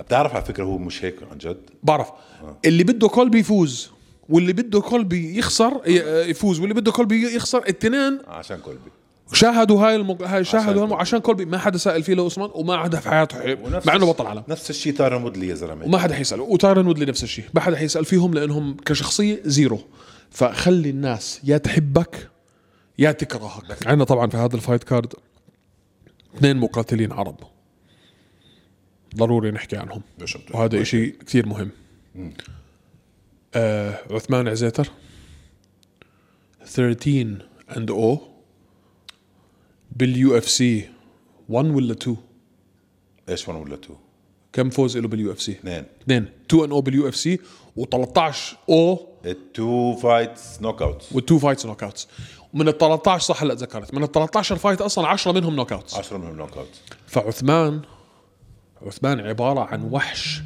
[SPEAKER 2] بتعرف على فكره هو مش هيك عن جد
[SPEAKER 1] بعرف
[SPEAKER 2] آه.
[SPEAKER 1] اللي بده كولبي يفوز واللي بده كولبي يخسر ي- آه، يفوز واللي بده كولبي يخسر التنين
[SPEAKER 2] عشان كولبي
[SPEAKER 1] شاهدوا هاي, المق...
[SPEAKER 2] آه،
[SPEAKER 1] هاي شاهدوا عشان,
[SPEAKER 2] كولبي.
[SPEAKER 1] عشان كولبي ما حدا سأل فيه لأوسمان وما حدا في حياته حي- مع انه
[SPEAKER 2] الش-
[SPEAKER 1] بطل عالم
[SPEAKER 2] نفس الشيء تارن وودلي يا زلمه
[SPEAKER 1] وما حدا حيسأله وتايرن وودلي نفس الشيء ما حدا حيسأل فيهم لأنهم كشخصية زيرو فخلي الناس يا تحبك يا تكرهك عندنا طبعا في هذا الفايت كارد اثنين مقاتلين عرب ضروري نحكي عنهم وهذا إشي كثير مهم آه عثمان عزيتر 13 اند او باليو اف سي 1 ولا 2
[SPEAKER 2] ايش 1 ولا 2
[SPEAKER 1] كم فوز له باليو اف سي؟
[SPEAKER 2] اثنين
[SPEAKER 1] اثنين 2 ان او باليو اف سي و13 او
[SPEAKER 2] التو فايتس نوك اوت
[SPEAKER 1] و2 فايتس نوك اوتس ومن ال 13 صح هلا ذكرت من ال 13 فايت اصلا 10 منهم نوك اوتس
[SPEAKER 2] 10 منهم نوك اوت
[SPEAKER 1] فعثمان عثمان عباره عن وحش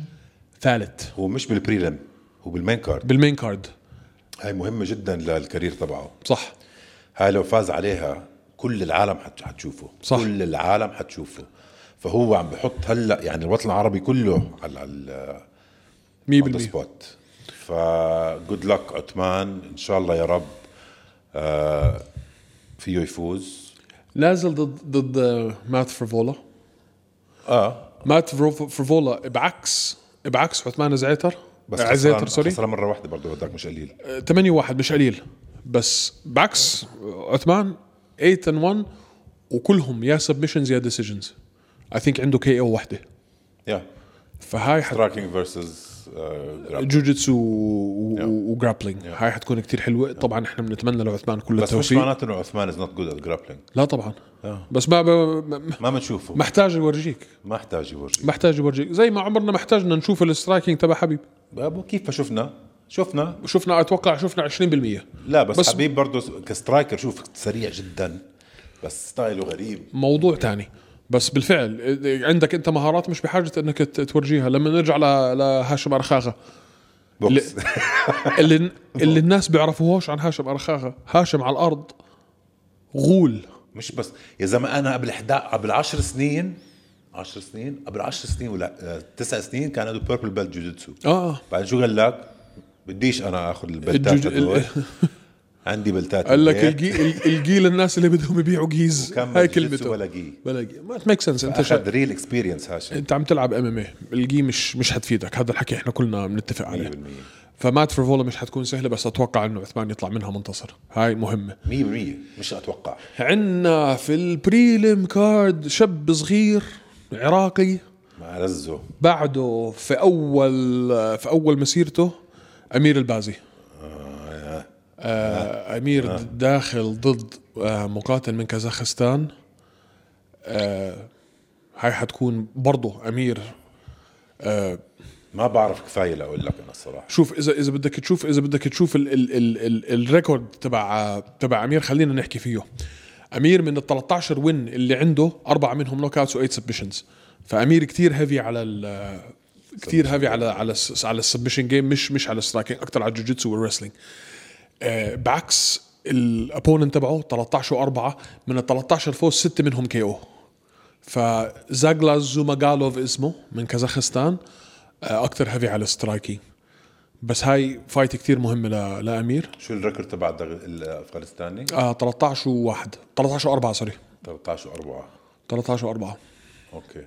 [SPEAKER 1] ثالث
[SPEAKER 2] هو مش بالبريلم هو بالمين كارد
[SPEAKER 1] بالمين كارد
[SPEAKER 2] هاي مهمه جدا للكارير تبعه
[SPEAKER 1] صح
[SPEAKER 2] هاي لو فاز عليها كل العالم حت- حتشوفه
[SPEAKER 1] صح.
[SPEAKER 2] كل العالم حتشوفه فهو عم بحط هلا يعني الوطن العربي كله على على
[SPEAKER 1] 100%
[SPEAKER 2] اون سبوت فجود لك عثمان ان شاء الله يا رب آه، فيه يفوز
[SPEAKER 1] نازل ضد ضد آه، مات فرفولا
[SPEAKER 2] اه
[SPEAKER 1] مات فرو- فرفولا بعكس بعكس عثمان زعيتر
[SPEAKER 2] بس
[SPEAKER 1] عزيتر
[SPEAKER 2] خسران-
[SPEAKER 1] سوري
[SPEAKER 2] خسران مره واحده برضه هداك مش قليل
[SPEAKER 1] 8 1 مش قليل بس بعكس عثمان 8 and 1 وكلهم يا سبمشنز يا ديسيجنز اي ثينك عنده كي او وحده
[SPEAKER 2] يا
[SPEAKER 1] فهاي حت...
[SPEAKER 2] سترايكينج فيرسز آه،
[SPEAKER 1] جوجيتسو و- و- وجرابلينج هاي حتكون كتير حلوه طبعا احنا بنتمنى لعثمان كل
[SPEAKER 2] بس مش
[SPEAKER 1] التوفيق
[SPEAKER 2] معناته انه عثمان از نوت جود ات جرابلينج
[SPEAKER 1] لا طبعا بس ما ب- ما-
[SPEAKER 2] ما بنشوفه
[SPEAKER 1] محتاج يورجيك
[SPEAKER 2] ما احتاج يورجي
[SPEAKER 1] محتاج يورجيك زي ما عمرنا ما احتاجنا نشوف السترايكينج تبع حبيب
[SPEAKER 2] أبو كيف ما شفنا شفنا
[SPEAKER 1] شفنا اتوقع شفنا 20%
[SPEAKER 2] لا بس,
[SPEAKER 1] بس-
[SPEAKER 2] بس حبيب برضه كسترايكر شوف سريع جدا بس ستايله غريب
[SPEAKER 1] موضوع تاني بس بالفعل عندك انت مهارات مش بحاجه انك ت- تورجيها لما نرجع ل- لهاشم ارخاغه
[SPEAKER 2] بوكس
[SPEAKER 1] اللي اللي الناس بيعرفوهوش عن هاشم ارخاغه هاشم على الارض غول
[SPEAKER 2] مش بس يا زلمه انا قبل 11 قبل 10 سنين 10 سنين قبل 10 سنين ولا آه، تسع سنين كان عنده بيربل بيلت جوجيتسو
[SPEAKER 1] اه
[SPEAKER 2] بعدين شو قال لك؟ بديش انا اخذ البلتات
[SPEAKER 1] الجوج-
[SPEAKER 2] هدول عندي بلتات
[SPEAKER 1] قال لك
[SPEAKER 2] بالبيت.
[SPEAKER 1] الجي ال- الجيل الناس اللي بدهم يبيعوا جيز
[SPEAKER 2] وكمل
[SPEAKER 1] هاي
[SPEAKER 2] جوجيتسو
[SPEAKER 1] كلمته
[SPEAKER 2] ولا جي.
[SPEAKER 1] ولا جي ما ميك سنس انت شا...
[SPEAKER 2] اخذ ريل اكسبيرينس هاشم
[SPEAKER 1] انت عم تلعب ام ام اي الجي مش مش حتفيدك هذا الحكي احنا كلنا بنتفق عليه
[SPEAKER 2] 100%
[SPEAKER 1] فمات فرفولا مش حتكون سهله بس اتوقع انه عثمان يطلع منها منتصر هاي مهمه
[SPEAKER 2] 100% مش اتوقع
[SPEAKER 1] عندنا في البريلم كارد شاب صغير عراقي
[SPEAKER 2] مع رزو
[SPEAKER 1] بعده في اول في اول مسيرته امير البازي آه، امير داخل ضد آه، مقاتل من كازاخستان آه، هاي حتكون برضه امير
[SPEAKER 2] ما بعرف كفايه لاقول لك انا الصراحه
[SPEAKER 1] شوف اذا اذا بدك تشوف اذا بدك تشوف ال ال ال ال الريكورد تبع تبع امير خلينا نحكي فيه امير من ال 13 وين اللي عنده اربعه منهم نوك اوتس و8 سبشنز فامير كتير هيفي على ال كثير هيفي على على الس- على السبشن جيم مش مش على السترايكينج اكثر على الجوجيتسو والريسلينج آه بعكس الابوننت تبعه 13 و4 من ال 13 فوز سته منهم كي او فزاغلاز زوماغالوف اسمه من كازاخستان اكثر هيفي على السترايكينج بس هاي فايت كتير مهمه ل... لامير
[SPEAKER 2] شو الريكورد تبع الدغ- الافغانستاني؟
[SPEAKER 1] آه 13 و1 13 و4 سوري
[SPEAKER 2] 13 و4
[SPEAKER 1] 13 و4
[SPEAKER 2] اوكي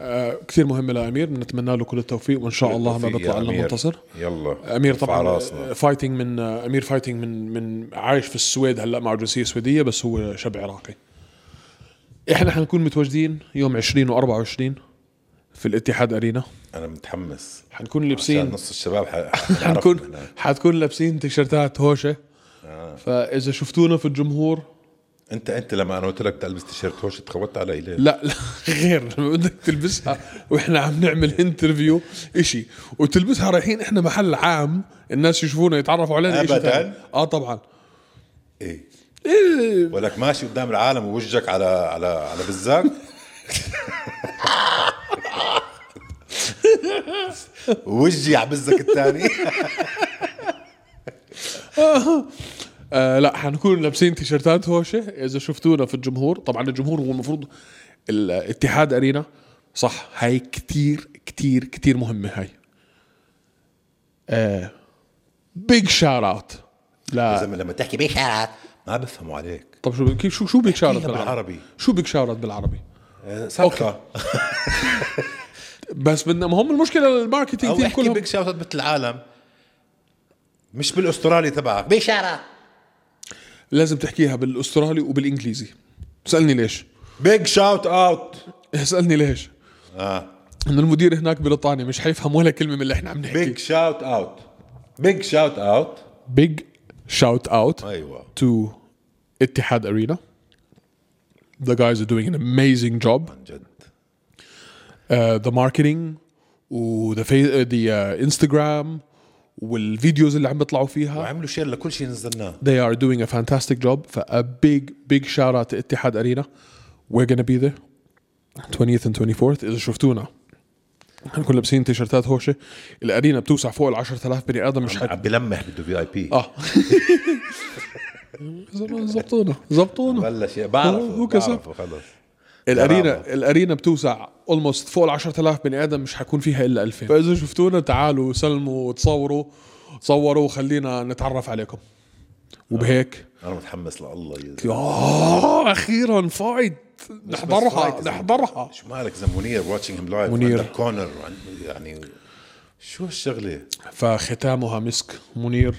[SPEAKER 1] آه كثير مهمه لامير بنتمنى له كل التوفيق وان شاء الله ما
[SPEAKER 2] توفيق يا
[SPEAKER 1] بيطلع لنا
[SPEAKER 2] أمير. نعم.
[SPEAKER 1] منتصر
[SPEAKER 2] يلا
[SPEAKER 1] امير
[SPEAKER 2] ارفع
[SPEAKER 1] طبعا
[SPEAKER 2] راسنا
[SPEAKER 1] فايتنج من آه، امير فايتنج من من عايش في السويد هلا مع جنسيه سويديه بس هو شاب عراقي احنا حنكون متواجدين يوم 20 و24 في الاتحاد ارينا
[SPEAKER 2] انا متحمس
[SPEAKER 1] حنكون
[SPEAKER 2] عشان
[SPEAKER 1] لابسين
[SPEAKER 2] نص الشباب ح-
[SPEAKER 1] حنكون
[SPEAKER 2] هناك.
[SPEAKER 1] حتكون لابسين تيشرتات هوشه
[SPEAKER 2] آه.
[SPEAKER 1] فاذا شفتونا في الجمهور
[SPEAKER 2] انت انت لما انا قلت لك تلبس تيشيرت هوش تخوت علي ليه؟
[SPEAKER 1] لا لا غير لما بدك تلبسها واحنا عم نعمل انترفيو اشي وتلبسها رايحين احنا محل عام الناس يشوفونا يتعرفوا علينا إشي
[SPEAKER 2] أبداً.
[SPEAKER 1] تاني. اه طبعا
[SPEAKER 2] ايه
[SPEAKER 1] إيه
[SPEAKER 2] ولك ماشي قدام العالم ووجهك على على على بزاك وجهي على بزك الثاني
[SPEAKER 1] آه لا حنكون لابسين تيشرتات هوشه اذا شفتونا في الجمهور طبعا الجمهور هو المفروض الاتحاد ارينا صح هاي كتير كتير كتير مهمه هاي آه بيج شارت
[SPEAKER 2] يا
[SPEAKER 1] لا
[SPEAKER 2] زلمه لما تحكي بيك ما بفهموا عليك
[SPEAKER 1] طب شو كيف- شو شو بيج شارت
[SPEAKER 2] احكيها
[SPEAKER 1] بالعربي
[SPEAKER 2] بالعربي.
[SPEAKER 1] شو بيج شارت بالعربي
[SPEAKER 2] آه، صفقه
[SPEAKER 1] بس بدنا ما هم المشكله الماركتينج
[SPEAKER 2] او
[SPEAKER 1] تيم
[SPEAKER 2] احكي
[SPEAKER 1] كلهم
[SPEAKER 2] بيك شاوت مثل العالم مش بالاسترالي تبعك بشارة
[SPEAKER 1] لازم تحكيها بالاسترالي وبالانجليزي اسالني ليش
[SPEAKER 2] بيج شاوت اوت
[SPEAKER 1] اسالني ليش
[SPEAKER 2] اه
[SPEAKER 1] انه المدير هناك بريطاني مش حيفهم ولا كلمه من اللي احنا عم نحكي
[SPEAKER 2] بيج شاوت اوت بيج شاوت اوت
[SPEAKER 1] بيج شاوت اوت
[SPEAKER 2] ايوه
[SPEAKER 1] تو اتحاد ارينا The guys are doing an amazing job.
[SPEAKER 2] عن جد
[SPEAKER 1] Uh, the marketing و the, fa- the uh, Instagram والفيديوز اللي عم بيطلعوا فيها
[SPEAKER 2] وعملوا شير لكل شيء نزلناه
[SPEAKER 1] they are doing a fantastic job. ف a big big shout out to Etihad Arena. We're gonna be there 20th and 24th. إذا شفتونا هنكون لابسين تيشرتات هوشة الأرينا بتوسع فوق ال 10000 بني آدم مش حد
[SPEAKER 2] عم بلمح بده في اي بي
[SPEAKER 1] اه زبطونا زبطونا
[SPEAKER 2] بلش بعرفه
[SPEAKER 1] هو كسب.
[SPEAKER 2] بعرفه خلص
[SPEAKER 1] الارينا الارينا بتوسع اولموست فوق ال 10000 بني ادم مش حيكون فيها الا 2000 فاذا شفتونا تعالوا سلموا وتصوروا صوروا وخلينا نتعرف عليكم وبهيك
[SPEAKER 2] انا متحمس لله يا زلمة.
[SPEAKER 1] اه اخيرا فايت
[SPEAKER 2] بس
[SPEAKER 1] نحضرها
[SPEAKER 2] فايت.
[SPEAKER 1] نحضرها
[SPEAKER 2] شو مالك زلمه منير واتشنج هيم لايف
[SPEAKER 1] منير.
[SPEAKER 2] كونر يعني شو هالشغله
[SPEAKER 1] فختامها مسك منير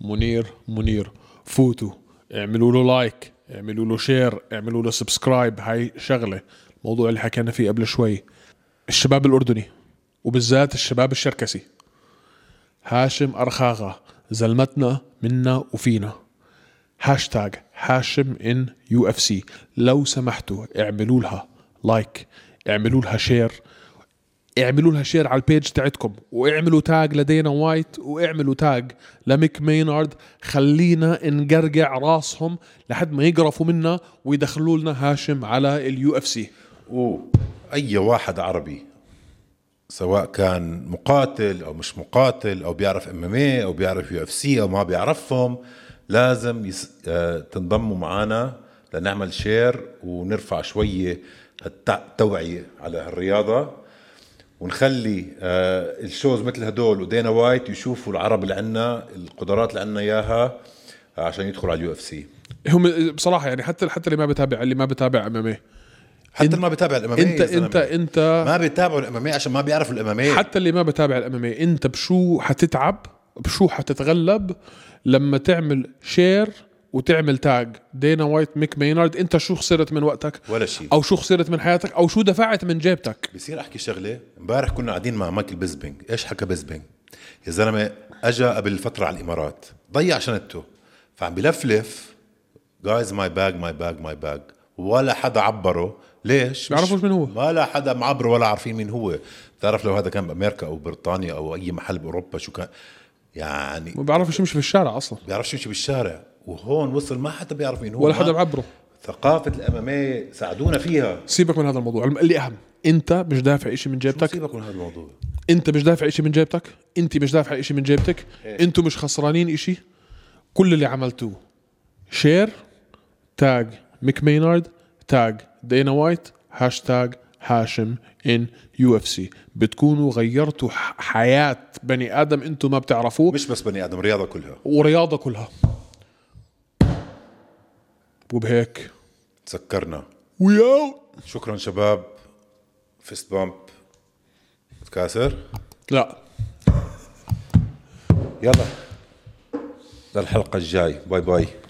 [SPEAKER 1] منير منير فوتوا اعملوا له لايك اعملوا له شير اعملوا له سبسكرايب هاي شغله الموضوع اللي حكينا فيه قبل شوي الشباب الاردني وبالذات الشباب الشركسي هاشم ارخاغه زلمتنا منا وفينا هاشتاج هاشم ان يو اف سي لو سمحتوا اعملوا لها لايك اعملوا لها شير اعملوا لها شير على البيج تاعتكم واعملوا تاج لدينا وايت واعملوا تاج لميك مينارد خلينا نقرقع راسهم لحد ما يقرفوا منا ويدخلوا لنا هاشم على اليو اف سي
[SPEAKER 2] اي واحد عربي سواء كان مقاتل او مش مقاتل او بيعرف ام ام او بيعرف يو اف سي او ما بيعرفهم لازم يس... آه، تنضموا معنا لنعمل شير ونرفع شويه التع- التوعيه على هالرياضه ونخلي آه، الشوز مثل هدول ودينا وايت يشوفوا العرب اللي عندنا القدرات اللي عندنا اياها آه، عشان يدخلوا على اليو اف سي
[SPEAKER 1] هم بصراحه يعني حتى حتى اللي ما بتابع اللي ما بتابع امامي
[SPEAKER 2] حتى اللي ما بيتابع الاماميه
[SPEAKER 1] انت انت انت
[SPEAKER 2] إيه ما بيتابعوا الاماميه عشان ما بيعرفوا إيه. الاماميه
[SPEAKER 1] حتى اللي ما بتابع الامامي انت بشو حتتعب بشو حتتغلب لما تعمل شير وتعمل تاج دينا وايت ميك مينارد انت شو خسرت من وقتك
[SPEAKER 2] ولا شيء
[SPEAKER 1] او شو خسرت من حياتك او شو دفعت من جيبتك
[SPEAKER 2] بصير احكي شغله امبارح كنا قاعدين مع مايكل بيزبينج ايش حكى بيزبينج يا زلمه اجى قبل فتره على الامارات ضيع شنطته فعم بلفلف جايز ماي باج ماي باج ماي باج ولا حدا عبره ليش
[SPEAKER 1] بيعرفوش مين هو.
[SPEAKER 2] ولا حدا معبره ولا عارفين مين هو بتعرف لو هذا كان بامريكا او بريطانيا او اي محل باوروبا شو كان يعني
[SPEAKER 1] ما بيعرفش يمشي في الشارع اصلا
[SPEAKER 2] بيعرفش يمشي بالشارع وهون وصل ما حدا بيعرف مين هو
[SPEAKER 1] ولا
[SPEAKER 2] ما-
[SPEAKER 1] حدا بعبره
[SPEAKER 2] ثقافه الاماميه إيه ساعدونا فيها
[SPEAKER 1] سيبك من هذا الموضوع اللي اهم انت مش دافع شيء من جيبتك
[SPEAKER 2] سيبك من هذا الموضوع
[SPEAKER 1] انت مش دافع اشي من جيبتك انت مش دافع اشي من جيبتك انتوا مش خسرانين اشي كل اللي عملتوه شير تاج ميك مينارد تاج دينا وايت هاشتاج هاشم ان يو اف سي بتكونوا غيرتوا ح- حياة بني ادم انتوا ما بتعرفوه
[SPEAKER 2] مش بس بني ادم رياضه كلها
[SPEAKER 1] ورياضة كلها وبهيك
[SPEAKER 2] تسكرنا
[SPEAKER 1] وي اوت
[SPEAKER 2] شكرا شباب فيست بامب تكاسر
[SPEAKER 1] لا
[SPEAKER 2] يلا للحلقه الجاي باي باي